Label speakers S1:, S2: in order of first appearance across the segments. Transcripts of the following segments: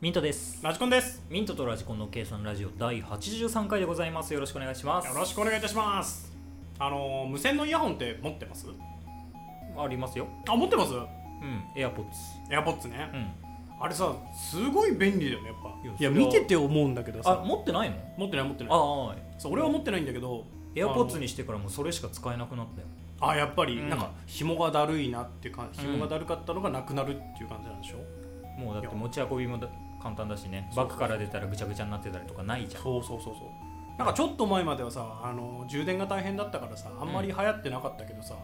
S1: ミントです
S2: ラジコンです
S1: ミントとラジコンの計算ラジオ第83回でございますよろしくお願いします
S2: よろしくお願いいたしますあのー無線のイヤホンって持ってます
S1: ありますよ
S2: あ持ってます
S1: うんエアポッツ
S2: エアポッツね、
S1: うん
S2: あれさすごい便利だよねやっぱ
S1: い
S2: い
S1: や
S2: や
S1: それは
S2: 見てて思うんだけど
S1: あ
S2: さ
S1: 持ってないの
S2: 持ってない持ってない
S1: ああ
S2: そう俺は持ってないんだけど
S1: エアポッツにしてからもうそれしか使えなくなったよ
S2: あのあやっぱり、
S1: うん
S2: なんか紐がだるいなって感じ
S1: うん
S2: 紐がだるかったのがなくなるっていう感じなんでしょ、
S1: もうだって持ち運びもだ簡単だしねバッグから出たらぐちゃぐちゃになってたりとかないじゃん
S2: そうそうそうそうなんかちょっと前まではさあの充電が大変だったからさあんまり流行ってなかったけどさ、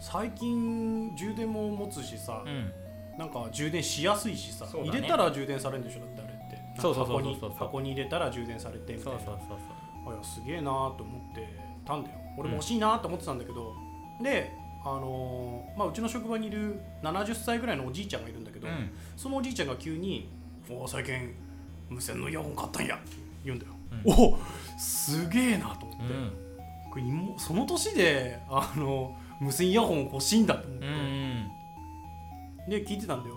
S2: 最近充電も持つしさ、
S1: うん
S2: なんか充電しやすいしさ、
S1: そうだね
S2: 入れたら充電されるんでしょだってあれってなんか
S1: そうそうそう
S2: 箱に
S1: そうそうそう
S2: 箱に入れたら充電されてみた
S1: そ
S2: いう
S1: そ
S2: な
S1: うそうそう
S2: あいやすげえなーと思ってたんだよ俺も欲しいなーと思ってたんだけど、であのーまあ、うちの職場にいる70歳ぐらいのおじいちゃんがいるんだけど、
S1: うん
S2: そのおじいちゃんが急に「おー最近無線のイヤホン買ったんや」って言うんだよ、
S1: うん
S2: おおすげえなと思って、
S1: うん
S2: これ今その年であの無線イヤホン欲しいんだと思って、
S1: うんうん
S2: で聞いてたんだよ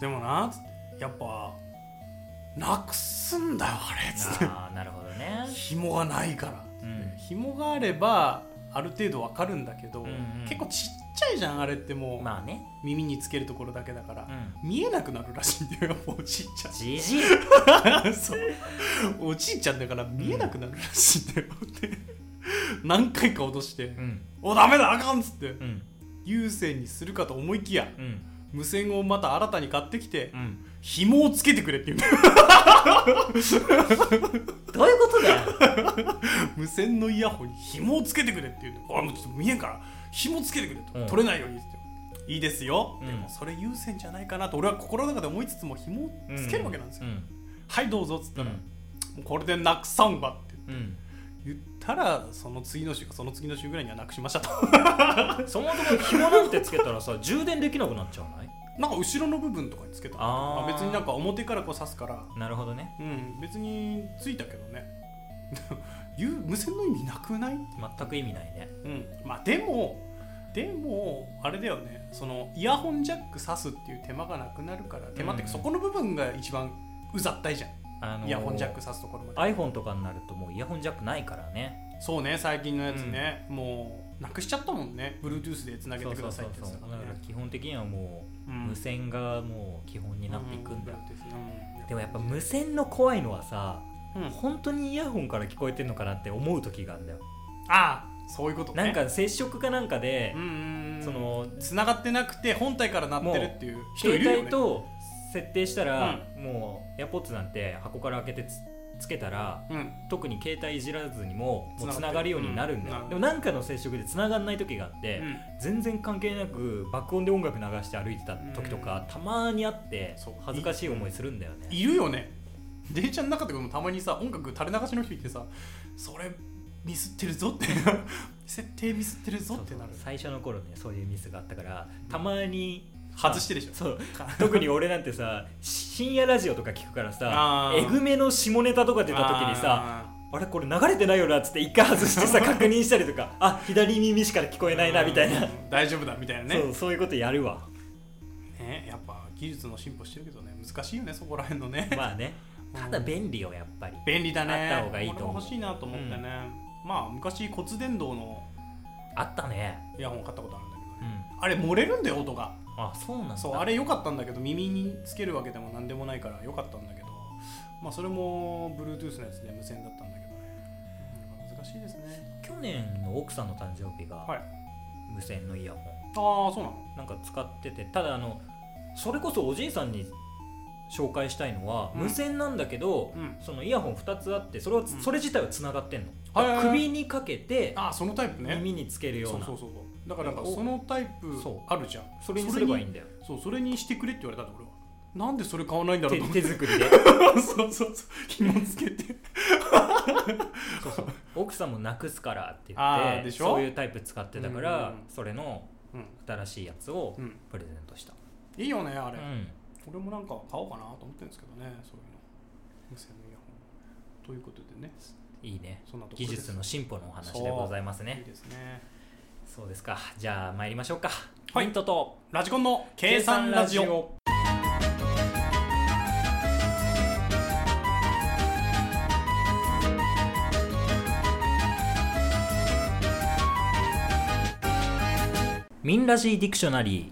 S2: でもなつってやっぱなくすんだよあれつって
S1: ああなるほど ね
S2: 紐がないから、
S1: うん
S2: 紐があればある程度わかるんだけど、
S1: うんうん
S2: 結構ちっちゃいじゃんあれってもう、
S1: まあね
S2: 耳につけるところだけだから
S1: う、ん
S2: 見えなくなるらしいんだよやっぱおじいちゃ
S1: じじい
S2: ん そうおじいちゃんだから見えなくなるらしいんだよって何回か落として
S1: うん
S2: 「おダメだあかん!」っつって
S1: うん
S2: 有線にするかと思いきや
S1: うん
S2: 無線をまた新たに買ってきて、
S1: うん
S2: 紐をつけてくれって言うん だよ
S1: どういうことだよ
S2: 無線のイヤホンに紐をつけてくれって言うんだよ俺もうちょっと見えんから紐つけてくれと、
S1: うん
S2: 取れないようにっていいですよ、
S1: うん
S2: でもそれ優先じゃないかなと俺は心の中で思いつつも紐をつけるわけなんですよ、
S1: うん
S2: はいどうぞっつっ
S1: う
S2: たら、も
S1: ん
S2: うこれでなくさんわって
S1: うん
S2: 言ったらその次の週かその次の週ぐらいにはなくしましたと
S1: そもそも紐なんてつけたらさ充電できなくなっちゃわない
S2: なんか後ろの部分とかにつけた
S1: あー
S2: 別になんか表からこう刺すから
S1: なるほどね
S2: うん別についたけどね 言う無線の意味なくない
S1: 全く意味ないね
S2: うん、まあでもでもあれだよねそのイヤホンジャック挿すっていう手間がなくなるから手間っていうか
S1: うん
S2: そこの部分が一番うざったいじゃん、
S1: あのー
S2: イヤホンジャック挿すところまで
S1: iPhone とかになるともうイヤホンジャックないからね
S2: そうね最近のやつね、もうなくしちゃったもんね Bluetooth でつなげてくださいってやつ
S1: そ
S2: だ
S1: う
S2: か
S1: そう
S2: ら
S1: そうだから
S2: ね
S1: 基本的にはもう、
S2: うん
S1: 無線がもう基本になっていくんだ、
S2: ううん
S1: でもやっぱ無線の怖いのはさ
S2: うん
S1: 本当にイヤホンから聞こえてんのかなって思う時があるんだよ
S2: ああそういうことね
S1: なんか接触かなんかで
S2: うん、うんうん
S1: その
S2: つながってなくて本体から鳴ってるっていう人いるよ
S1: 携
S2: ね
S1: 帯と設定したら、もう AirPods なんて箱から開けてつつけたら
S2: うん
S1: 特に携帯いじらずにももうつ
S2: 繋がってる
S1: ながるようになるんだよ、
S2: うん
S1: でも何かの接触でつながんない時があって、
S2: うん
S1: 全然関係なく爆音で音楽流して歩いてた時とか、たまにあって
S2: そう
S1: 恥ずかしい思いするんだよね
S2: いるよね電車の中とかでもたまにさ音楽垂れ流しの人いてさそれミスってるぞって 設定ミスってる
S1: そ
S2: ぞ
S1: う
S2: っ
S1: そ
S2: て
S1: う
S2: なる
S1: 最初の頃ねそういうミスがあったからたまに
S2: 外してでしょ
S1: そう特に俺なんてさ深夜ラジオとか聞くからさ
S2: あ
S1: え
S2: ー
S1: ぐめの下ネタとか出た時にさあれこれ流れてないよなっつって一回外 してさ確認したりとかあ左耳しか聞こえないなみたいな、
S2: うん大丈夫だみたいなね
S1: そうそういうことやるわ
S2: ねやっぱ技術の進歩してるけどね難しいよねそこら辺のね、
S1: まあね
S2: うん
S1: ただ便利よやっぱり
S2: 便利だね
S1: あった方がいいと思う
S2: 俺も欲しいなと思ってね、まあ昔骨伝導の
S1: あったね
S2: イヤホン買ったことあるんだけ
S1: う
S2: どね、
S1: ん
S2: あれ漏れるんだよ音が
S1: あそうなんだ
S2: そうあれ良かったんだけど耳につけるわけでも何でもないから良かったんだけどまあそれも Bluetooth のやつで無線だったんだけどねうん難しいですね
S1: 去年の奥さんの誕生日
S2: はい
S1: が
S2: あ
S1: 無線のイヤホン
S2: あそうなの
S1: なんか使っててただあのそれこそおじいさんに紹介したいのは、
S2: うん
S1: 無線なんだけど、
S2: うん
S1: そのイヤホン2つあってそれを、
S2: ん
S1: それ自体はつながってんの、
S2: はいはいはい
S1: 首にかけて
S2: ああそのタイプね
S1: 耳につけるよう
S2: そう
S1: な
S2: そうそうそうだからなんか
S1: お
S2: そのタイプ
S1: そう
S2: あるじゃん
S1: それにすればいいん
S2: だ
S1: だよ
S2: そうそれにしてくれって言われたんだ俺はなんでそれ買わないんだろ
S1: 手
S2: うと思って
S1: 手作 りで
S2: そうそうそう紐つけ て
S1: そうそう奥さんもなくすからって言
S2: あ
S1: っ
S2: ー
S1: て
S2: でしょ
S1: そういうタイプ使ってたから、
S2: うん
S1: それの
S2: うん
S1: 新しいやつを
S2: うん
S1: プレゼントした、
S2: いいよねあ
S1: う
S2: れ、
S1: ん
S2: 俺もなんか買おうかなと思ってるんですけどねそういうの無線のイヤホンということでね
S1: いいね
S2: そんなところ
S1: 技
S2: です
S1: 術の進歩のお話でございます
S2: いい
S1: ね
S2: ですね
S1: そうですかじゃあ参りましょうか、ポ
S2: はい
S1: イントと
S2: ラジコンの計算ラジオ
S1: オミンラジーディクショナリー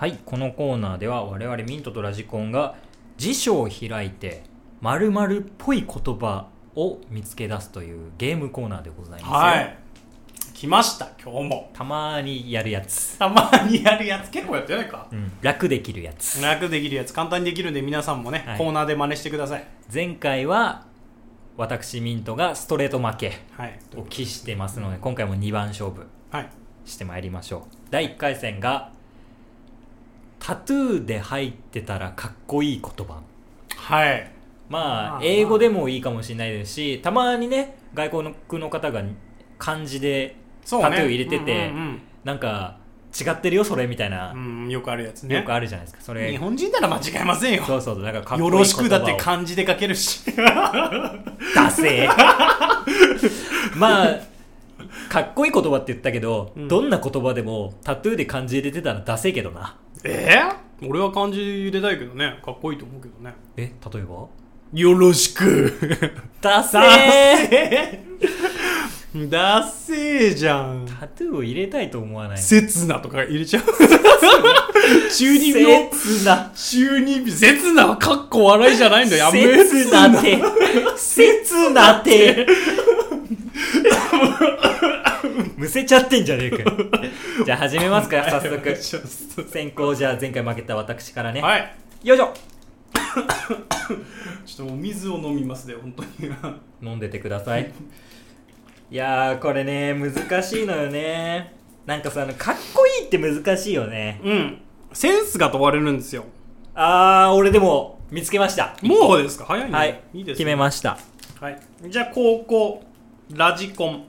S1: はいこのコーナーでは我々ミントとラジコンが辞書を開いて〇〇っぽい言葉を見つけ出すというゲームコーナーでございますよ
S2: はい来ました今日も
S1: たまーにやるやつ、
S2: たまにやるやつ結構やってないか
S1: うん、楽できるやつ
S2: 楽できるやつ簡単にできるんで皆さんもね、
S1: はい
S2: コーナーで真似してください
S1: 前回は私ミントがストレート負け
S2: はい
S1: を期してますので今回も2番勝負
S2: はい
S1: してまいりましょう第1回戦がタトゥーで入ってたらかっこいい言葉
S2: はいま
S1: ま
S2: あ
S1: あ英語でもいいかもしれないですしたまにね外国の方が漢字で
S2: そう
S1: タトゥー入れてて
S2: うんうん
S1: なんか違ってるよそれみたいな
S2: うん、うんよくあるやつね
S1: よくあるじゃないですかそれ
S2: 日本人なら間違えませんよ
S1: そうそうだからかっこいい
S2: よろしくだって
S1: 言葉を
S2: 漢字で書ける し
S1: ダセー まあかっこいい言葉って言ったけど、
S2: うん
S1: どんな言葉でもタトゥーで漢字入れてたらダセーけどな
S2: えー、俺は漢字入れたいけどねかっこいいと思うけどね
S1: え例えば
S2: よろしく
S1: ダセ
S2: ダ
S1: ー
S2: セーダセーじゃん
S1: タトゥーを入れたいと思わない
S2: 刹那とか入れちゃう中二病
S1: 切な
S2: 中二病刹那はかっこ笑いじゃないんだよやめ
S1: 切なて切なてむせちゃってんじゃねえかよじゃあ始めますか早速先行じゃあ前回負けた私からね、
S2: はい
S1: よいしょ
S2: ちょっとお水を飲みますね本当に
S1: 飲んでてくださいいやーこれね難しいのよねなんかさあのかっこいいって難しいよね
S2: うんセンスが問われるんですよ
S1: あー俺でも見つけました
S2: もうですか早いね
S1: はい
S2: いいです
S1: 決めました
S2: すはいじゃあ高校ラジコン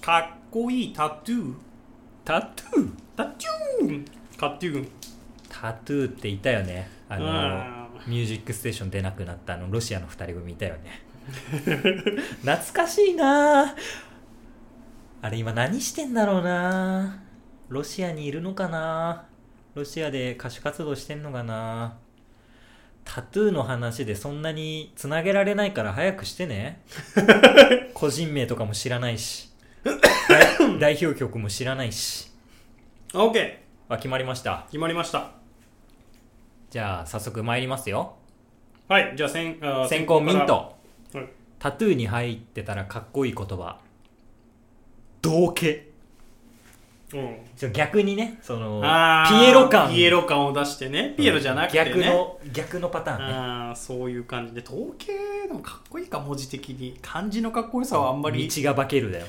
S2: かっこいいタトゥー
S1: タトゥー
S2: タトゥーンタトゥーン
S1: タトゥーっていたよねあの
S2: う
S1: ミュージックステーション出なくなったあのロシアの2人組いたよね 懐かしいなああれ今何してんだろうなロシアにいるのかなロシアで歌手活動してんのかなタトゥーの話でそんなにつなげられないから早くしてね個人名とかも知らないし代代表曲も知らないし
S2: オッケ
S1: あ決まりました
S2: ー決まりました
S1: じゃあ早速参りますよ
S2: はいじゃあ先あー
S1: 先行ミント
S2: からはい
S1: タトゥーに入ってたらかっこいい言葉道化
S2: うん
S1: ちょ逆にねその
S2: あー
S1: ピエロ感
S2: ピエロ感を出してねピエロじゃなくてね、
S1: 逆の逆のパターンね
S2: あーそういう感じで統計のかっこいいか文字的に漢字のかっこよさはあんまり
S1: 道が化けるだよ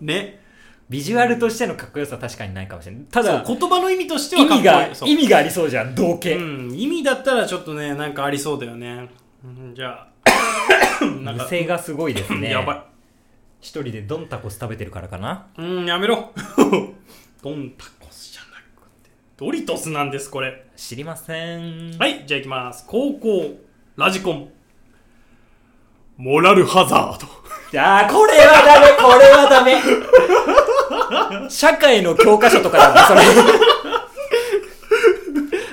S2: ね
S1: ビジュアルとしてのかっこよさは確かにないかもしれないただ
S2: そう言葉の意味として
S1: 意
S2: はかっこい
S1: 味
S2: い
S1: が
S2: そう
S1: 意味がありそうじゃん道化、
S2: うん、意味だったらちょっとねなんかありそうだよね、うん、じゃあ なんか
S1: 無、性がすごいですね
S2: やばい
S1: 一人でドンタコス食べてるからかな
S2: うんやめろ ドンタコスじゃなくてドリトスなんですこれ
S1: 知りません
S2: はいじゃあいきます高校ラジコンモラルハザード
S1: あーこれはダメこれはダメ社会の教科書とかだなそれ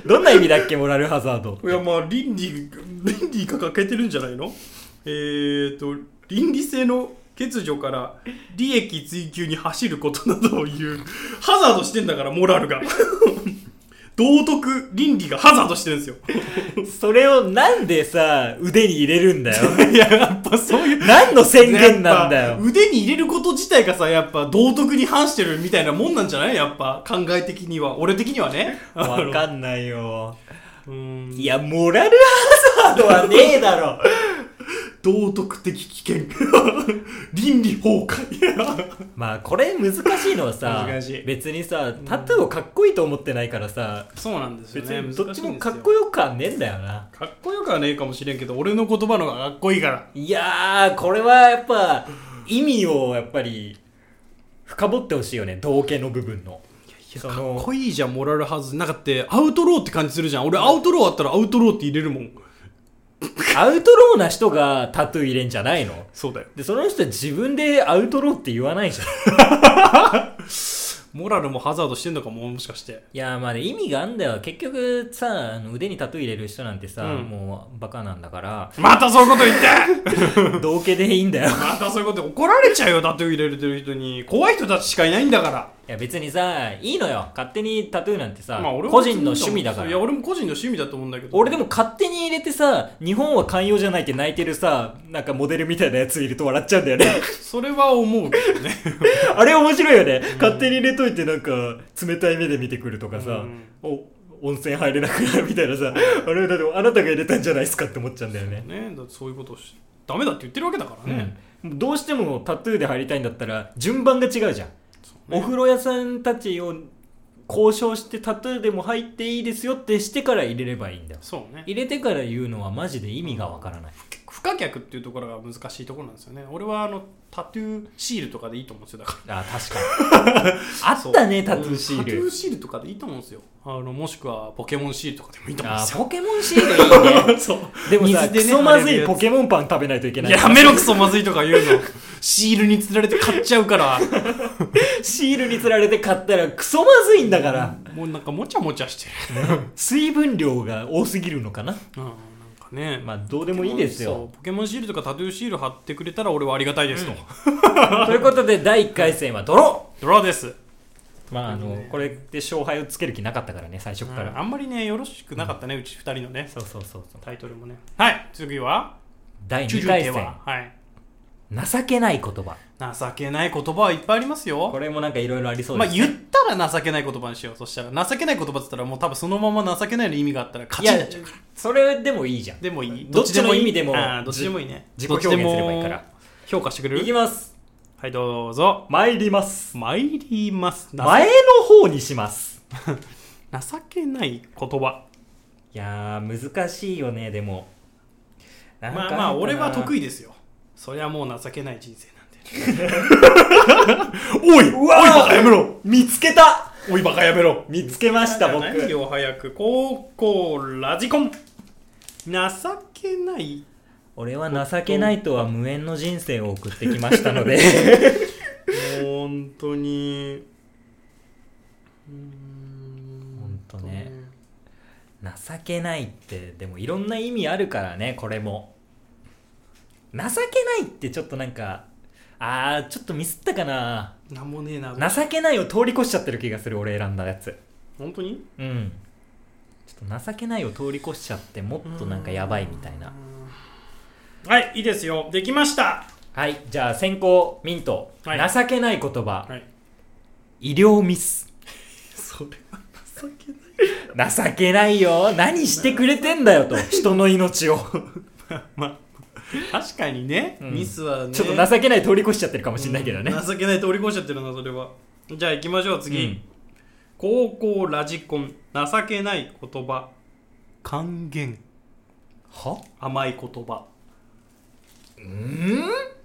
S1: どんな意味だっけモラルハザード
S2: いやまあ倫理倫理が欠けてるんじゃないのえー、と倫理性の欠如から利益追求に走ることなどを言うハザードしてんだからモラルが 道徳倫理がハザードしてるんですよ
S1: それをなんでさ腕に入れるんだよ
S2: いややっぱそういう
S1: 何の宣言なんだ
S2: やっぱ
S1: よ
S2: 腕に入れること自体がさやっぱ道徳に反してるみたいなもんなんじゃないやっぱ考え的には俺的には ね
S1: わかんないよ
S2: うーん
S1: いやモラルハザードはねえだろ
S2: 道徳的危険 倫理崩壊
S1: まあこれ難しいのはさ
S2: 難しい
S1: 別にさタトゥーをかっこいいと思ってないからさ
S2: そうなんですよ
S1: 別
S2: ね
S1: にどっちもかっ
S2: い
S1: こよくはねえんだよない
S2: かっこよくはねえかもしれんけど俺の言葉の方がかっこいいから
S1: いやーこれはやっぱ意味をやっぱり深掘ってほしいよね道化の部分のそ
S2: かっ
S1: の
S2: こいいじゃんモラルハズなんかってアウトローって感じするじゃん俺アウトローあったらアウトローって入れるもん
S1: アウトローな人がタトゥー入れんじゃないの
S2: そうだよ
S1: でその人は自分でアウトローって言わないじゃん
S2: モラルもハザードしてんのかももしかして
S1: いやーまあね意味があんだよ結局さあの腕にタトゥー入れる人なんてさ、
S2: うん
S1: もうバカなんだから
S2: またそういうこと言 って
S1: 道化でいいんだよ
S2: またそういうこと怒られちゃうよタトゥー入れてる人に怖い人たちしかいないんだから
S1: いや別にさいいのよ勝手にタトゥーなんてさ、
S2: まあ俺も
S1: 個人の趣味だか
S2: いや
S1: ら
S2: 俺も個人の趣味だと思うんだけど
S1: 俺で
S2: も
S1: も勝手に入れてさ日本は寛容じゃないって泣いてるさなんかモデルみたいなやついると笑っちゃうんだよね
S2: それは思うけどね
S1: あれ面白いよね、勝手に入れといてなんか冷たい目で見てくるとかさ、
S2: うん
S1: お温泉入れなくなるみたいなさあれだってあなたが入れたんじゃないですかって思っちゃうんだよね
S2: ねだってそういうことをしダメだって言ってるわけだからね、
S1: うん、どうしてもタトゥーで入りたいんだったら順番が違うじゃん、お風呂屋さんたちを交渉してタトゥーでも入っていいですよってしてから入れればいいんだよ
S2: そうね
S1: 入れてから言うのはマジで意味がわからない、
S2: 不可逆っていうところが難しいところなんですよね俺はあのタトゥーシールとかでいいと思うんですよだから
S1: あ確かに あったねタトゥーシー
S2: タトゥ
S1: ル
S2: ーシールとかでいいと思うんですよあのもしくはポケモンシールとかでもいいと思うん
S1: あ
S2: です
S1: ポ
S2: よ
S1: ケモンシールい いね
S2: そう
S1: でもさ、
S2: 水でね
S1: クソまず
S2: 貼れる
S1: い
S2: やつ
S1: ポケモンパン食べないといけない
S2: やめろクソまずいとか言うのシールにつられて買っちゃうから
S1: シールにつられて買ったらクソまずいんだから
S2: もうなんかもちゃもちゃして
S1: 水分量が多すぎるのかな
S2: るうんなんかね
S1: まあどうでもいいです
S2: そ
S1: よ
S2: うポケモンシールとかタトゥーシール貼ってくれたら俺はありがたいですと、
S1: ということで第1回戦はドロ
S2: ドラです
S1: ーまああのこれで勝敗をつける気なかったからね最初
S2: うん
S1: から、
S2: あんまりねよろしくなかったね、うち2人のね
S1: そうそうそうそう
S2: タイトルもねはい次は
S1: 第
S2: 中
S1: 2
S2: 々
S1: 回
S2: 亭
S1: 戦
S2: ははい
S1: 情けない言葉
S2: 情けない言葉はいっぱいありますよ
S1: これもなんかいろいろありそう
S2: ま
S1: で
S2: あ
S1: す、
S2: 言ったら情けない言葉にしようそしたら情けない言葉っつったらもう多分そのまま情けないの意味があったら勝ちになっちゃうから
S1: それでもいいじゃん
S2: でもいい
S1: どっちの意味でも
S2: あーどっちでもいいね
S1: 自己表現すればいいから
S2: どっちでも評価してくれ
S1: いき
S2: る
S1: ます
S2: はいどうぞ
S1: 参ります
S2: 参ります情
S1: 前の方にします
S2: 情けない言葉
S1: いやー難しいよねでも
S2: まあまあ俺は得
S1: 意
S2: 意ですよそりゃもう情けない人生なんで
S1: おいうわやめろ見つけた
S2: おいバカやめろ
S1: 見つけました僕
S2: 何よ早く高校ラジコン情けない
S1: 俺は情けないとは無縁の人生を送ってきましたので
S2: 本当に
S1: 本当ね 情けないってでもいろんな意味あるからねこれも情けないってちょっとなんかあーちょっとミスったかな
S2: なんもねえな
S1: 情けないを通り越しちゃってる気がする俺選んだやつ
S2: 本当に
S1: うんちょっと情けないを通り越しちゃってもっとなんかやばいみたいな
S2: はいいいですよできました
S1: はいじゃあ先行ミント、
S2: はい
S1: 情けない言葉、
S2: はい
S1: 医療ミス
S2: それは情けない
S1: 情けないよ何してくれてんだよと人の命を
S2: まあ確かにね、
S1: うん
S2: ミスはね
S1: ちょっと情けない通り越しちゃってるかもしれないけどね、
S2: うん情けない通り越しちゃってるなそれはじゃあ行きましょう次、
S1: うん
S2: 高校ラジコン情けない言葉還元
S1: は
S2: 甘い言葉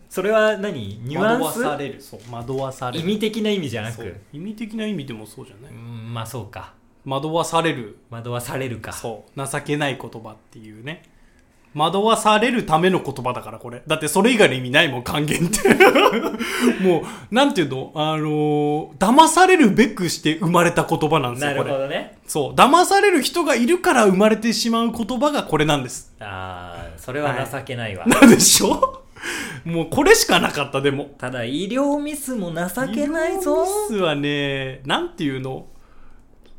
S1: それは何ニュアン
S2: 惑わさ
S1: ス
S2: れるそう惑わされ
S1: 意
S2: る
S1: 味的な意味じゃな
S2: そ
S1: く
S2: う意味的な意味でもそうじゃない、
S1: うんまあそうか
S2: 惑わされる
S1: 惑わされるか
S2: そう情けない言葉っていうね惑わされるための言葉だからこれだってそれ以外の意味ないもん還元って もうなんていうのあのー騙されるべくして生まれた言葉なんです
S1: な
S2: よ
S1: る
S2: こ
S1: ほ
S2: れ
S1: どね
S2: そう騙される人がいるから生まれてしまう言葉がこれなんです
S1: ああそれは情けないわ、
S2: なんでしょうもうこれしかなかったでも
S1: ただ医療ミスも情けないぞ
S2: 医療ミスはねなんていうの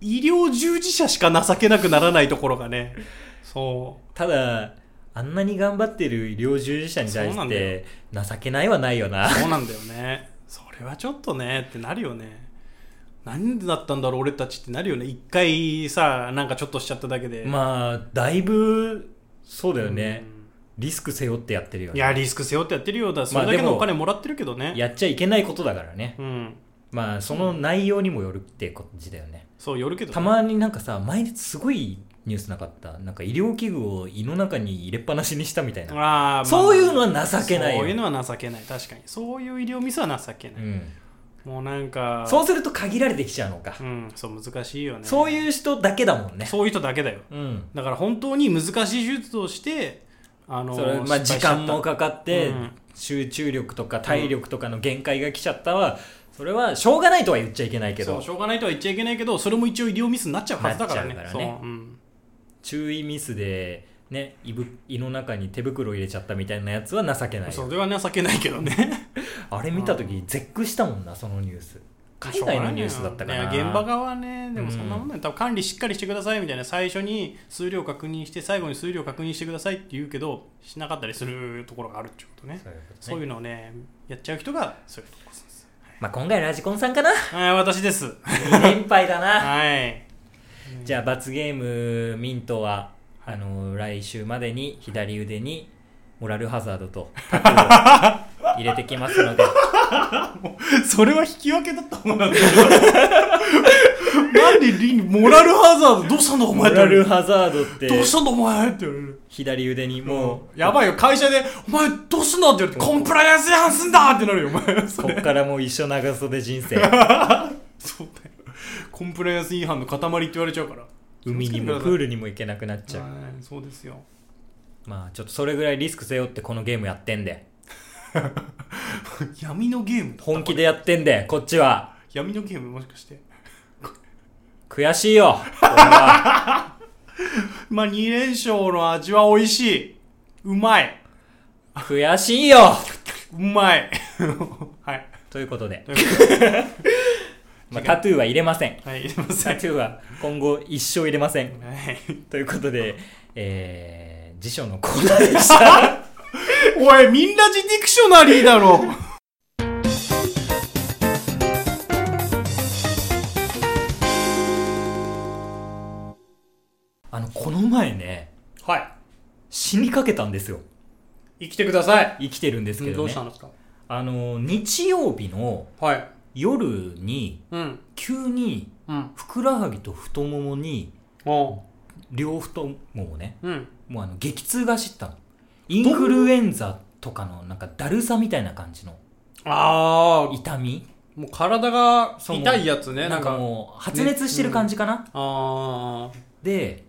S2: 医療従事者しか情けなくならないところがねそう
S1: ただあんなに頑張ってる医療従事者に対
S2: そうな
S1: し
S2: んだよ
S1: て情けないはないよな
S2: そうなんだよね。それはちょっとねってなるよね。何だったんだろう俺たちってなるよね。一回さ、なんかちょっとしちゃっただけで。
S1: まあだいぶそうだよ
S2: う
S1: ね
S2: ん
S1: リスク背負ってやってるよ
S2: い
S1: ね
S2: や、リスク背負ってやってるようだ。そ
S1: まあ
S2: れだけ
S1: で
S2: の
S1: も
S2: お金もらってるけどね。
S1: やっちゃいけないことだからね
S2: うん。
S1: まあその内容にもよるって感じだよね
S2: そう、よるけどね。
S1: たまになんかさ前日すごいニュースなかったなんか医療器具を胃の中に入れっぱなしにしたみたい
S2: あー
S1: な
S2: まあ
S1: そういうのは情けないよ
S2: そういうのは情けない。確かに。そういう医療ミスは情けな
S1: う
S2: い。
S1: ん、
S2: もうなんか、
S1: そうすると限られてきちゃうのか、
S2: うん、そう難しいよね。
S1: そう
S2: う、
S1: いう人だけだもんね
S2: そういう人だけだよ。
S1: うん
S2: だから本当に難しい手術をして、あの
S1: それまあ、時
S2: 失敗しちゃった
S1: 間もかかって、
S2: うん
S1: 集中力とか体力とかの限界が来ちゃったはそれはしょうがないとは言っちゃいけないけ
S2: そ
S1: ど
S2: うしょうがないとは言っちゃいけないけどそれも一応医療ミスになっちゃうはずだからね
S1: なっちゃうからね
S2: そう、うん、
S1: 注意ミスで、ね、胃ぶ胃の中に手袋入れちゃったみたいなやつは情けないよ
S2: それは情けないけどね
S1: あれ見た時絶句したもんなそのニュース海外のニュースだったかな
S2: ね現場側ねでもそんなもんだよ多分管理しっかりしてくださいみたいな最初に数量確認して最後に数量確認してくださいって言うけどしなかったりするところがあるっていうことね
S1: そういうことね
S2: そういうのをねやっちゃう人がそういうとこです
S1: まあ、今回ラジコンさんかな
S2: はい私です
S1: 2連敗だな
S2: はい
S1: じゃあ罰ゲームミントはあの来週までに左腕にモラルハザード とタトゥーを入れてきますので
S2: それは引き分けだったもんなんだなんでリンモラルハザードどうしたんだお
S1: モ
S2: 前って
S1: ラ
S2: 言われ
S1: ル
S2: る
S1: ハザードって
S2: どうしたんだお前って言われる
S1: 左腕にも
S2: もうやばいよ会社でお前どうすんだって言われてコンプライアンス違反すんだってなるよお前
S1: う
S2: そ
S1: こ
S2: れ
S1: っからもう一生長袖人 生
S2: そうだよコンプライアンス違反の塊って言われちゃうから
S1: 海にもプールにも行けなくなっちゃう
S2: はいそうですよ
S1: まあちょっとそれぐらいリスク背負ってこのゲームやってんで
S2: 闇のゲームだ
S1: 本気でやってんでこっちは
S2: 闇のゲームもしかして
S1: 悔しいよ俺は
S2: まあ2連勝の味は美味しいうまい
S1: 悔しいよ
S2: うまい はい
S1: ということで、
S2: ということで
S1: まあ、タトゥーは入れません
S2: はいすいませ
S1: タ
S2: ん
S1: トゥーは今後一生入れません
S2: はい
S1: ということで、えー、辞書のコーナーで した。
S2: おい、みんなジディクショナリーだろ。
S1: あの、この前ね、
S2: は
S1: 死にかけたんですよ。
S2: い。生きてください。
S1: 生きてるんですけどね。
S2: どうしたんですか
S1: あの、日曜日の
S2: はい。
S1: 夜に、
S2: うん。
S1: 急に、
S2: うん。
S1: ふくらはぎと太ももに、
S2: おう。
S1: 両太ももね、
S2: うん。
S1: もうあの、激痛が走ったの。インフルエンザとかの、なんか、だるさみたいな感じの
S2: あ
S1: 痛み
S2: あ、もう体が
S1: そう
S2: 痛いやつね。
S1: な
S2: なんん
S1: か
S2: か。
S1: もう、発熱してる感じかな。
S2: あ
S1: で、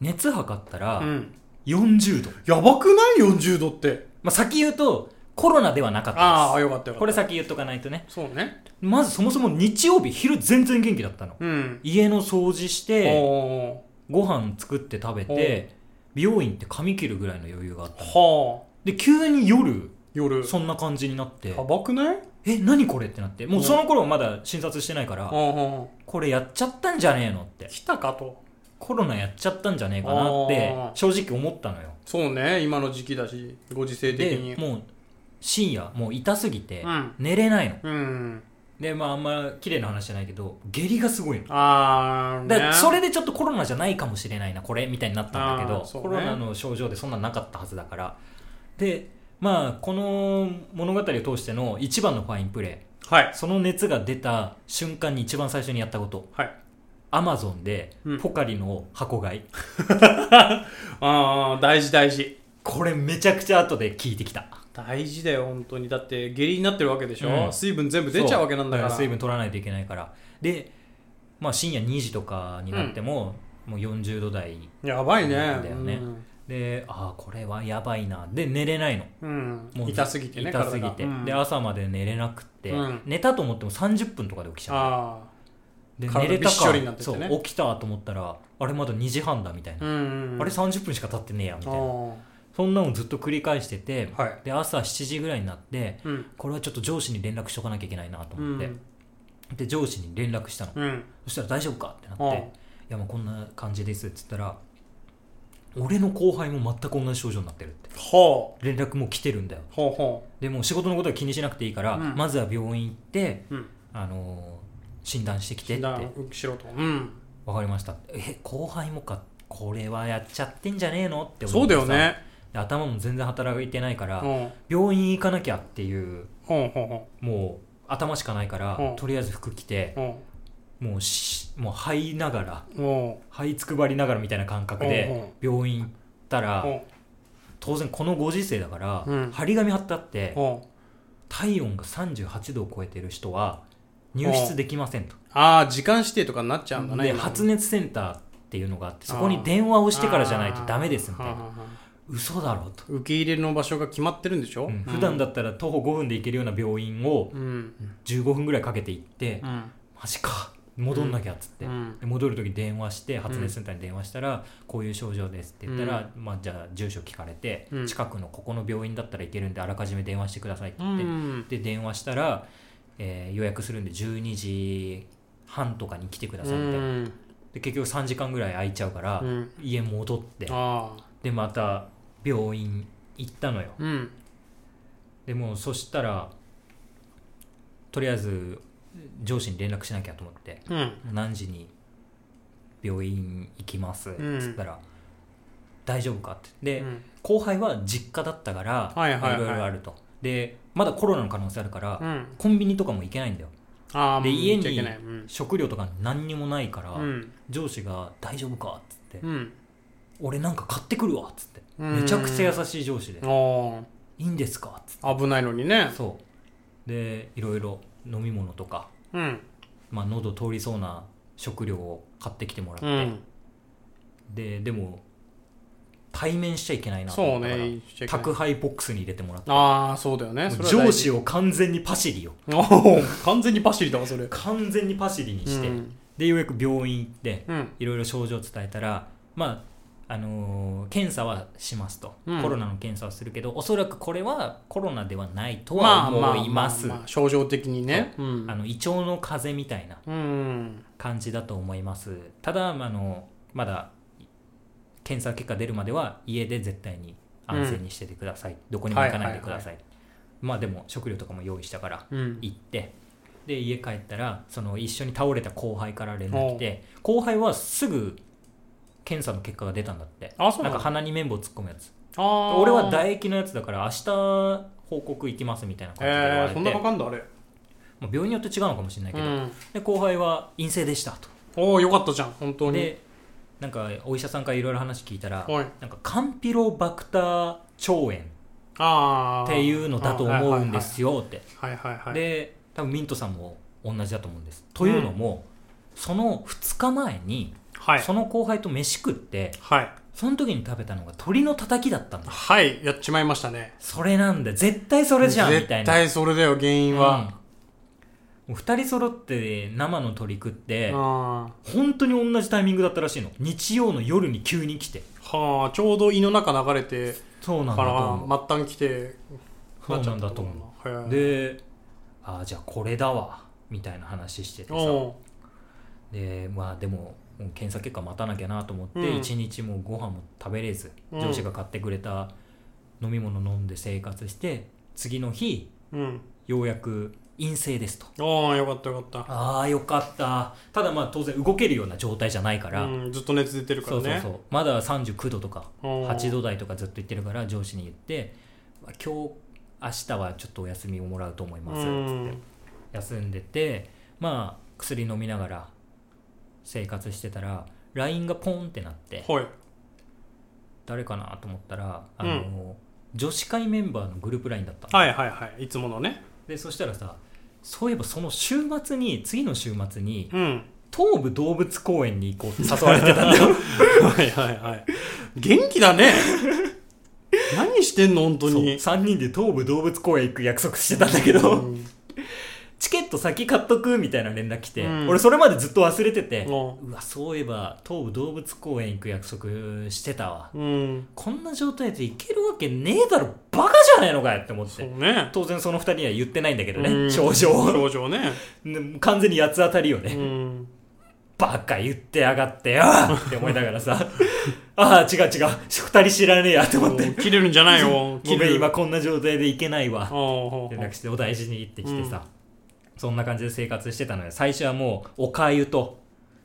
S1: 熱測った
S2: あ。
S1: ら
S2: う、ん。
S1: 40度。
S2: やばくない ?40 度って。
S1: まあ、先言うと、コロナではなかった
S2: あ
S1: で
S2: あ、よかったよかった。
S1: す。これ先言っとかないとね。
S2: そうね。
S1: まずそもそも日曜日昼全然元気だったの。
S2: うん。
S1: 家の掃除し
S2: お
S1: て、
S2: お
S1: ご飯作って食べて、美容院って髪切るぐらいの余裕があったの。
S2: はあ。
S1: で、急に夜、
S2: 夜。
S1: そんな感じになって
S2: や、ばくない
S1: え、何これってなって、もうその頃はまだ診察してないから、
S2: あ
S1: これやっちゃったんじゃねえのって
S2: あ。、来たかと。
S1: コロナやっちゃったんじゃねえかなって
S2: あー、
S1: 正直思ったのよ。
S2: そうね。今の時期だし、ご時世的
S1: で
S2: に、。
S1: もう、深夜、もう痛すぎて
S2: うん、
S1: 寝れないの。
S2: うん。
S1: でまああんま綺麗な話じゃないけど下痢がすごいの
S2: ああ、
S1: だからそ
S2: れ。
S1: れでちょっとコロナじゃないかもしれないなこれみたいになったんだけ
S2: あ
S1: ど、
S2: ーそうね
S1: コロナの症状でそんななかったはずだからでまあこの物語を通しての一番のファインプレ
S2: はい
S1: ー。その熱が出た瞬間に一番最初にやったこと
S2: はい。
S1: アマゾンで
S2: うん
S1: ポカリの箱買い、
S2: ああ、大事大事。
S1: これめちゃくちゃ後で聞いてきた
S2: 大事だよ本当にだって下痢になってるわけでしょ、
S1: うん
S2: 水分全部出ちゃうわけなんだから
S1: そう水分取らないといけないからで、まあ、深夜2時とかになっても、もう40度台
S2: やばいね
S1: だよねでああこれはやばいなで寝れないの
S2: うん、うん
S1: もう
S2: 痛すぎてね
S1: 痛すぎて、
S2: 体がうん
S1: で朝まで寝れなくって、
S2: うん
S1: 寝たと思っても30分とかで起きちゃう
S2: あ
S1: で寝
S2: 体
S1: れた
S2: びっしょ
S1: か
S2: りになってて
S1: そ
S2: ね
S1: う起きたと思ったらあれまだ2時半だみたい
S2: あう
S1: な、
S2: ん
S1: あれ30分しか経ってねえやみ
S2: あ
S1: たいな
S2: ー
S1: そんなのずっと繰り返してて、
S2: はい
S1: で朝7時ぐらいになって
S2: うん
S1: これはちょっと上司に連絡しとかなきゃいけないなと
S2: う
S1: 思って、
S2: ん
S1: で上司に連絡したの、
S2: うん
S1: そしたら大丈夫かってなって、
S2: うん
S1: いやもうこんな感じですっつったら俺の後輩も全く同じ症状になってるって
S2: ほ
S1: 連絡も来てるんだよ
S2: うほうほ
S1: でもう仕事のことは気にしなくていいから、
S2: うん
S1: まずは病院行って、
S2: ううん
S1: あのー診断してきてって
S2: だしろとうん
S1: 分かりましたえ後輩もかこれはやっちゃってんじゃねえのって
S2: そ
S1: 思
S2: う
S1: っ
S2: だ
S1: てさ
S2: よね
S1: で頭も全然働いてないから、
S2: うんほ
S1: 病院行かなきゃっていう
S2: うほうほ
S1: もう頭しかないから、
S2: うん
S1: とりあえず服着て
S2: うほ
S1: もうしもう這いながら
S2: うほ
S1: 這いつくばりながらみたいな感覚で病院行った
S2: う
S1: ら
S2: ほ
S1: 当然このご時世だから、
S2: うん
S1: 張り紙貼ってあって
S2: うほう
S1: 体温が38度を超えてる人は入室できませんと。
S2: ああ時間指定とかになっちゃうんだね
S1: で
S2: 今
S1: 発熱センターっていうのがあってそこに電話をしてからじゃないとダメですみたい
S2: はあ
S1: な
S2: はあはあ
S1: 嘘だろと、
S2: 受け入れの場所が決まってるんでしょ、
S1: うん普段だったら徒歩5分で行けるような病院を
S2: うん
S1: 15分ぐらいかけて行って、
S2: うん
S1: マジか戻んなきゃっつって、
S2: うん
S1: で戻る時電話して発熱センターに電話したら、こういう症状ですって言ったら、まあ、じゃあ住所聞かれて、
S2: うん
S1: 近くのここの病院だったら行けるんであらかじめ電話してくださいって
S2: う
S1: 言って、
S2: ん
S1: で電話したらえー予約するんで12時半とかに来てくだ
S2: う
S1: さいみたいなんで結局3時間ぐらい空いちゃうから、
S2: うん
S1: 家戻って
S2: ああ
S1: でまた病院行ったのよ
S2: うん
S1: でもうそしたらとりあえず上司に連絡しなきゃと思って
S2: うん
S1: 何時に病院行きますっ
S2: うん
S1: つったら、大丈夫かってで、
S2: うん
S1: 後輩は実家だったから、
S2: はいはいはい
S1: ろいろあるとでまだコロナの可能性あるから、
S2: うん
S1: コンビニとかも行けないんだよ
S2: ああ
S1: で
S2: もう
S1: 家
S2: 見ちゃい
S1: に
S2: けないうん
S1: 食料とか何にもないから、
S2: うん
S1: 上司が「大丈夫か?」っつって
S2: うん
S1: 「俺なんか買ってくるわ」っつって
S2: うん
S1: めちゃくちゃ優しい上司で「
S2: あ
S1: いいんですか?」っつっ
S2: あ危ないのにね
S1: てそうでいろいろ飲み物とか、
S2: うん
S1: まあ、喉通りそうな食料を買ってきてもらって、
S2: うん
S1: ででも対面しちゃいけないなと
S2: そう
S1: 思ったから
S2: ねしちゃいけない
S1: 宅配ボックスに入れてもらった
S2: ああそうだよねそれは
S1: 上
S2: 大事
S1: 司を完全にパシリよ
S2: おお 完全にパシリだわそれ
S1: 完全にパシリにして、
S2: うん
S1: でようやく病院行って
S2: うん
S1: いろいろ症状を伝えたらまああのー検査はしますと、
S2: うん
S1: コロナの検査はするけどおそらくこれはコロナではないと
S2: ま
S1: は
S2: あまあ
S1: 思います
S2: まあまあ症状的にねうん
S1: あの胃腸の風邪みたいな
S2: うん
S1: 感じだと思いますただあのまだ検査結果出るまでは家で絶対に安全にしててください、どこにも行かないでください,、まあでも食料とかも用意したから
S2: うん
S1: 行ってで家帰ったらその一緒に倒れた後輩から連絡来て後輩はすぐ検査の結果が出たんだって
S2: あそう
S1: な
S2: な
S1: か
S2: んんだ
S1: 鼻に綿棒突っ込むやつ
S2: ああ
S1: 俺は唾液のやつだから明日報告行きますみたいな感じで言わ
S2: え
S1: れ
S2: ー
S1: て、
S2: そんなかかんだあれ
S1: まあ病院によって違うのかもしれないけ
S2: う
S1: ど、
S2: ん
S1: で後輩は陰性でしたと
S2: おおよかったじゃん本当に
S1: でなんかお医者さんからいろいろ話聞いたら
S2: はい
S1: なんかカンピロバクター腸炎っ
S2: ああ
S1: ていうのだと思うんですよって
S2: はいはいはい
S1: で多分ミントさんも同じだと思うんですというのも、その2日前に、
S2: はい
S1: その後輩と飯食って
S2: はい
S1: その時に食べたのが鶏のたたきだったんだ
S2: はいやっちまいましたね
S1: それなんだ絶対それじゃんみたい
S2: 絶
S1: な
S2: 対それだよ原因は
S1: うんもう2人揃って生の鶏食っ
S2: う
S1: て
S2: んは
S1: 本当に同じタイミングだったらしいの日曜の夜に急に来て
S2: あちょうど胃の中流れて
S1: そうな
S2: か
S1: んだと
S2: ら
S1: 思う
S2: 末端来て
S1: そうなんだと思
S2: う
S1: う
S2: で
S1: でああじゃあこれだわみたいな話しててさ
S2: お
S1: でまあでももう検査結果待たなきゃなと思って
S2: うん
S1: 一、日もうご飯も食べれず
S2: うん
S1: 上司が買ってくれた飲み物飲んで生活して次の日
S2: ううん
S1: ようやく陰性ですと
S2: ああよかったよかっ
S1: ああよかったただまあ当然動けるような状態じゃないか
S2: た
S1: ら、
S2: うんずっと熱出てるか
S1: そ
S2: ら
S1: うそう
S2: ね
S1: そうまだ39度とか
S2: おー
S1: 8度台とかずっと言ってるから上司に言ってまあ今日明日はちょっとお休みをもらうと思います
S2: うん
S1: つって休んでてまあ薬飲みながら生活してたら LINE がポンってなって
S2: はい
S1: 誰かなと思ったらあ
S2: うん
S1: の、女子会メンバーのグループ LINE だったの
S2: はいはいはいいつものね
S1: でそしたらさそういえばその週末に次の週末に
S2: うん
S1: 東武動物公園に行こうって誘われてたんだよ
S2: はいはいはい元気だ ね何してんの本当
S1: そう
S2: に
S1: 3人で東武動物公園行く約束してたんだけど、
S2: うん
S1: チケット先買っとくみたいな連絡来て、
S2: うん
S1: 俺それまでずっと忘れてて、
S2: う
S1: うわそういえば東武動物公園行く約束してたわ
S2: うん
S1: こんな状態で行けるわけねえだろバカじゃないのかよって思っ
S2: そう
S1: て
S2: ね
S1: 当然その二人には言ってないんだけど
S2: う
S1: ね
S2: ん
S1: 症状を
S2: 症状ね
S1: ねもう完全に八つ当たりよ
S2: う
S1: ね、
S2: ん
S1: バカ言ってやがってよって思いながら さああ違う違う二人知らねえやって思って
S2: 切れるんじゃないよ
S1: ご
S2: 切
S1: め
S2: れ
S1: ん
S2: る
S1: 今こんな状態で行けないわ
S2: ああ
S1: 連絡してお大事にってきてさ、そんな感じで生活してたので最初はもうおかゆと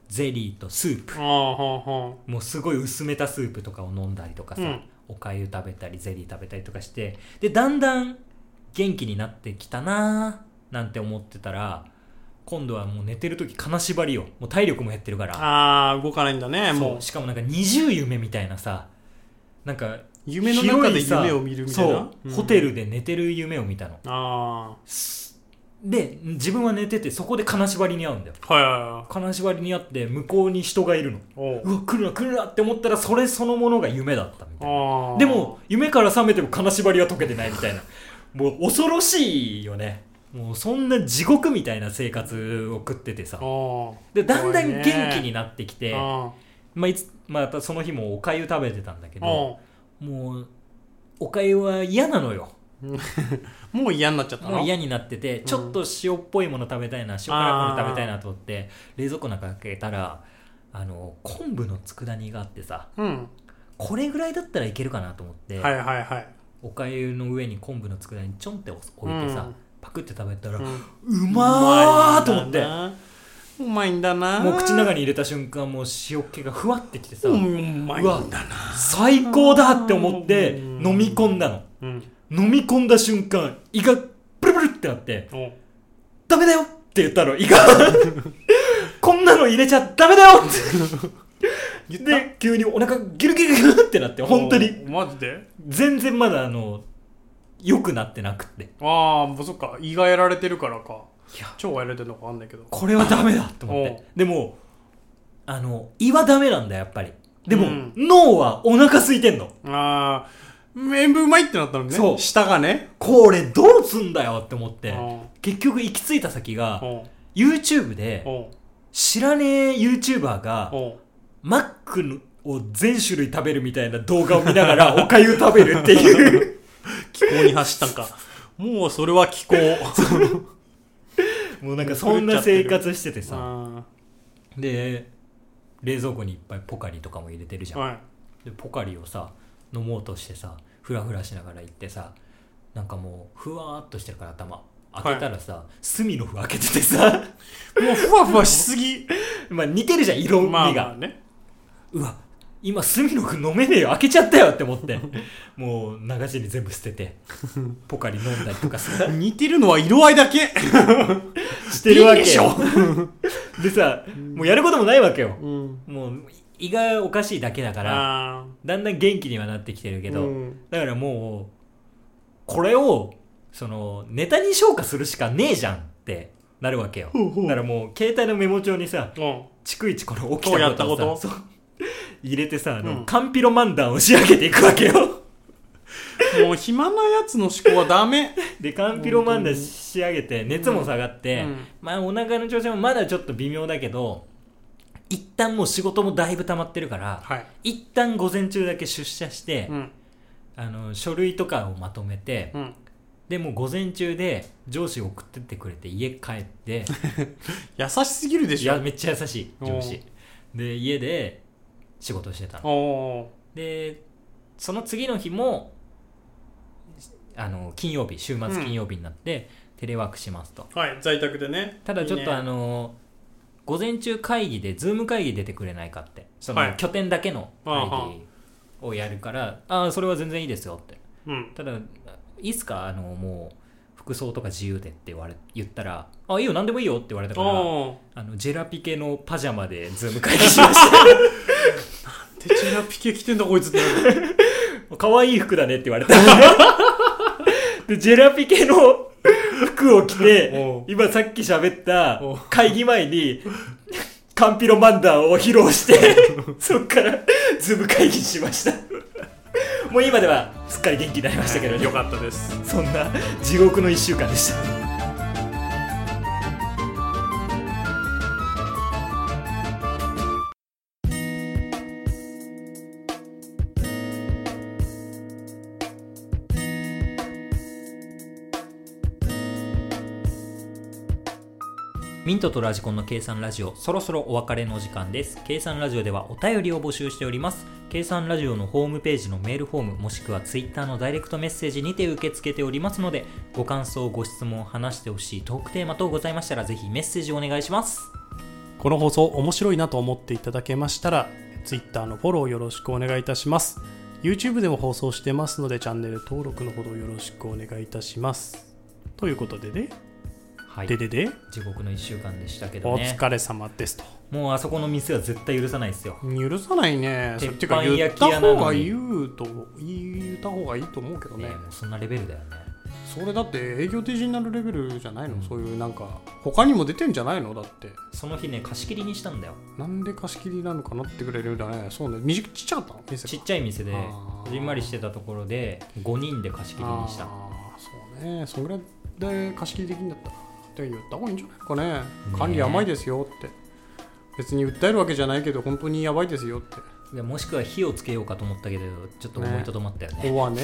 S1: ゼリーとスープ
S2: ああはあは
S1: もうすごい薄めたスープとかを飲んだりとかさ、
S2: うん
S1: おかゆ食べたりゼリー食べたりとかしてでだんだん元気になってきたなーなんて思ってたら今度はもう寝てる時金縛りよもう体力も減ってるから
S2: ああー動かないんだね
S1: そ
S2: もう
S1: うしかもなんか二重夢みたいなさなんか
S2: 夢の中
S1: 広
S2: で
S1: いさ
S2: 夢を見るみたいな
S1: そう、ホテ
S2: ル
S1: ルで寝てる夢を見たの
S2: あ
S1: で自分は寝ててそこで金縛りに遭うんだよ
S2: あはいはいはい
S1: 金縛りにあって向こうに人がいるの
S2: おう
S1: うわ来るな来るなって思ったらそれそのものが夢だったみたいな
S2: ああ
S1: でも夢から覚めても金縛りは解けてないみたいなもう恐ろしいよねもうそんな地獄みたいな生活を送っててさ
S2: ああ
S1: でだんだん元気に
S2: なっ
S1: なってきて、
S2: てあ
S1: まあ、いつまたその日もおかゆ食べてたんだけ
S2: あ
S1: どもうおかゆは嫌なのよ
S2: もう嫌になっちゃったの
S1: もう嫌になっててちょっと塩っぽいもの食べたいな、塩辛いもの食べたいなと思って冷蔵庫の中開けたらあの昆布の佃煮があってさ
S2: うん
S1: これぐらいだったらいけるかなと思って、
S2: はいはいはい
S1: おかゆの上に昆布の佃煮ちょんって置いてさ、
S2: うん
S1: パクって食べたら、う
S2: うん
S1: まーと思って
S2: うまいんだな
S1: もう口の中に入れた瞬間もう塩気がふわってきてさ、
S2: うまいんだな
S1: 最高だって思って
S2: うん
S1: 飲み込んだの
S2: うん
S1: 飲み込んだ瞬間胃がプルプルってなって
S2: お
S1: 「ダメだよ!」って言ったの 胃がこんなの入れちゃダメだよってで急にお腹ギュルギュルギュルってなって本当に
S2: おマジで
S1: 全然まだあの良くなってなくってい
S2: ああもうそっか胃がやられてるからか
S1: や
S2: 腸がやられてるのかわかんないけど
S1: これはダメだと思っ
S2: おう
S1: てでもあの胃はダメなんだやっぱりでも、
S2: うん
S1: 脳はお腹空いてんの
S2: ああ塩分うまいってなったのね
S1: そう
S2: 舌がね
S1: これどうすんだよって思って
S2: うん
S1: 結局行き着いた先が
S2: お
S1: YouTube で
S2: お
S1: 知らねえ YouTuber が
S2: お
S1: マックのを全種類食べるみたいな動画を見なが らおかゆ食べるっていう
S2: 気候に走ったんかもうそれは気候
S1: もうなんかそんな生活しててさ
S2: あ
S1: で冷蔵庫にいっぱいポカリとかも入れてるじ
S2: ー
S1: ゃん、
S2: はい
S1: でポカリをさ飲もうとしてさフラフラしながら行ってさなんかもうふわーっとしてるから頭開けたらさ、隅のふ開けててさ
S2: もうふわふわしすぎ
S1: まあ似てるじゃん色味が、
S2: まあまあね
S1: うわ今隅野君飲めねえよ開けちゃったよって思って もう流しに全部捨ててポカリ飲んだりとかさ
S2: 似てるのは色合いだけ
S1: してるわけ
S2: いいで しょ
S1: よでさもうやることもないわけよ
S2: うん
S1: もう胃がおかしいだけだから
S2: ああ
S1: だんだん元気にはなってきてるけど、
S2: うん
S1: だからもうこれをそのネタに消化するしかねえじゃんってなるわけよ
S2: ほうほう
S1: だからもう携帯のメモ帳にさ
S2: うん
S1: 逐一この起きたことをさ
S2: そ
S1: そう 入れてさあの、
S2: うん
S1: カンピロマンダンを仕上げていくわ けよ
S2: もう暇なやつの思考はダメ。
S1: でカンピロマンダ仕上げて熱も下がって、
S2: うん
S1: まあお腹の調子もまだちょっと微妙だけど一旦もう仕事もだいぶ溜まってるから
S2: はい。
S1: 一旦午前中だけ出社して、
S2: うん。
S1: あの書類とかをまとめて、
S2: うん。
S1: でもう午前中で上司送ってってくれて家帰って
S2: 優しすぎるで
S1: い
S2: し
S1: や
S2: ょ。
S1: めっちゃ優しい上司で家で仕事してたの
S2: おお
S1: でその次の日もあの金曜日週末金曜日になって、テレワークしますと
S2: ー。はい、在宅でね。
S1: ただちょっと
S2: いい
S1: あ
S2: ね、
S1: の午前中会議でズーム会議出てくれないかってそ
S2: は
S1: の
S2: い
S1: 拠点だけの会
S2: あは
S1: 議をやるから、ああそれは全然いいですよって
S2: うん。
S1: ただいいっすかあのもう服装とか自由でって言われ言ったらあいいよ何でもいいよって言われた
S2: お
S1: から
S2: お
S1: あのジェラピケのパジャマでズーム会議しました
S2: ー。テチラピケ着てんだこいつってなる。
S1: 可愛い服だねって言われた。 で、ジェラピケの服を着
S2: お
S1: て
S2: う、
S1: 今さっき喋った
S2: おう
S1: 会議前に、カンピロマンダーを披露して、 そっからズーム会議しました。もう今ではすっかり元気になりましたけどね、
S2: よかったです。
S1: そんな地獄の1週間でした。ミントとラジコンの計算ラジオ、そろそろお別れの時間です。計算ラジオではお便りを募集しております。計算ラジオのホームページのメールフォーム、もしくはツイッターのダイレクトメッセージにて受け付けておりますので、ご感想、ご質問、話してほしいトークテーマ等ございましたら、ぜひメッセージお願いします。
S2: この放送面白いなと思っていただけましたら Twitter のフォローよろしくお願いいたします YouTube でも放送してますのでチャンネル登録のほどよろしくお願いいたしますということでね、
S1: はい。
S2: ででで、
S1: 地獄の1週間でしたけど
S2: お
S1: ね。
S2: 疲れ様ですと
S1: もうあそこの店は絶対許さないですよ。
S2: 許さないね
S1: 鉄
S2: てか
S1: 板
S2: 言っ
S1: 焼き
S2: た
S1: 屋なの
S2: 方
S1: に
S2: が言うと言った方がいいと思うけど
S1: ね
S2: ね
S1: えもうそんなレベルだよね。
S2: それだって営業停止になるレベルじゃないの、
S1: うん
S2: そういうなんか他にも出てんじゃないのだって
S1: その日ね、貸し切りにしたんだよ。
S2: なんで貸し切りなのかなってくれるんだねそうね短くちっちゃかったの店が
S1: ちっちゃい店で
S2: あ、ー
S1: じんまりしてたところで、5人で貸し切りにした。
S2: あーそうねそんぐらいで貸し切りできるんだったらって言った方がいいんじゃないかね管理甘いですよって別に訴えるわけじゃないけど本当にやばいですよって
S1: でもしくは火をつけようかと思ったけどちょっと思いとどまったよね
S2: ここは ね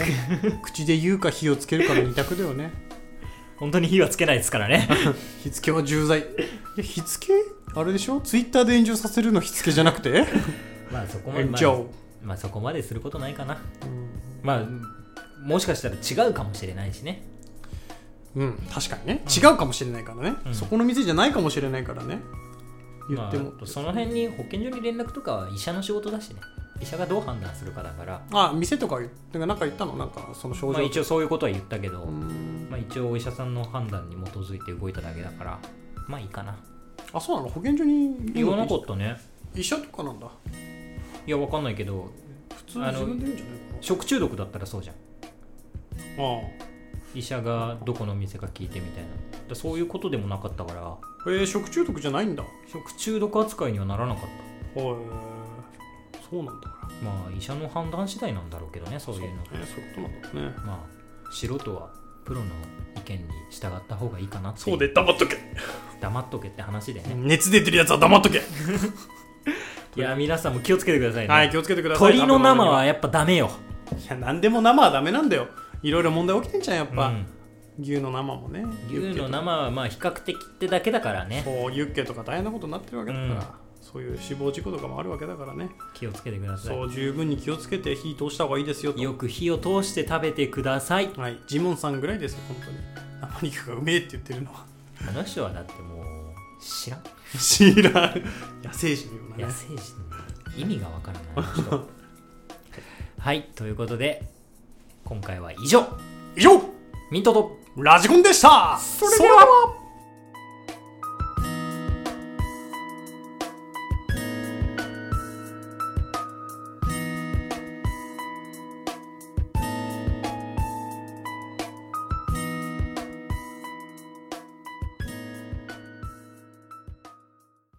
S2: 口で言うか火をつけるかの二択だよね
S1: 本当に火はつけないですからね
S2: 火付けは 重罪いや火付けあれでしょツイッターで炎上させるの火付けじゃなく て
S1: まあそこまで、ま
S2: 炎
S1: あ
S2: 上、
S1: まあそこまですることないかな
S2: うん
S1: まあもしかしたら違うかもしれないしね
S2: うん確かにね違うかもしれないからね、
S1: うん
S2: そこの店じゃないかもしれないからね言って
S1: ま、
S2: も
S1: あ、その辺に保健所に連絡とかは医者の仕事だしね医者がどう判断するかだから、
S2: あ店とか言ってなんか言ったのなんかその症
S1: ま
S2: 状、
S1: あ、一応そういうことは言ったけど、
S2: うん
S1: まあ、一応お医者さんの判断に基づいて動いただけだからまあいいかな
S2: あそうなの保健所に
S1: 言わなかったね
S2: 医者とかなんだ
S1: いやわかんないけど
S2: 普通に自分で言うんじゃないかな
S1: 食中毒だったらそうじゃん
S2: あ
S1: 医者がどこの店か聞いてみたいなだからそういうことでもなかったから
S2: あえー、食中毒じゃないんだへ
S1: 食中毒扱いにはならなかっ
S2: えそうなんだか
S1: たまあ医者の判断次第なんだろうけどねそういうの
S2: ら、えー、そういうことなんだろうね
S1: まあ素人はプロの意見に従った方がいいかなってい
S3: そうで黙っとけ
S1: 黙っとけって話でね
S3: 熱出てるやつは黙っとけ
S1: いや皆さんも気をつけてくださいね、
S2: はい気をつけてください
S1: 鳥の生は
S2: 食
S1: やっぱダメよ、
S2: べ物にはいや何でも生はダメなんだよいろいろ問題起きてんじゃんやっ
S1: う
S2: ぱ、
S1: ん
S2: 牛の生もね
S1: 牛の生はまあ比較的ってだけだからね
S2: そうユッケとか大変なことになってるわけだから、
S1: うん
S2: そういう死亡事故とかもあるわけだからね
S1: 気をつけてくださ
S2: そう十分に気をつけて火通した方がいいですよと
S1: いよく火を通して食べてください
S2: はいジモンさんぐらいですよ本当に生肉がうめえって言ってるのは
S1: あの人はだってもう知らん
S2: 知らん野生児のよう
S1: 野
S2: なね
S1: 生児意味がわからないあの人はいということで今回は以上
S2: 以上
S1: ミントと
S2: ラジコンでしたそれでは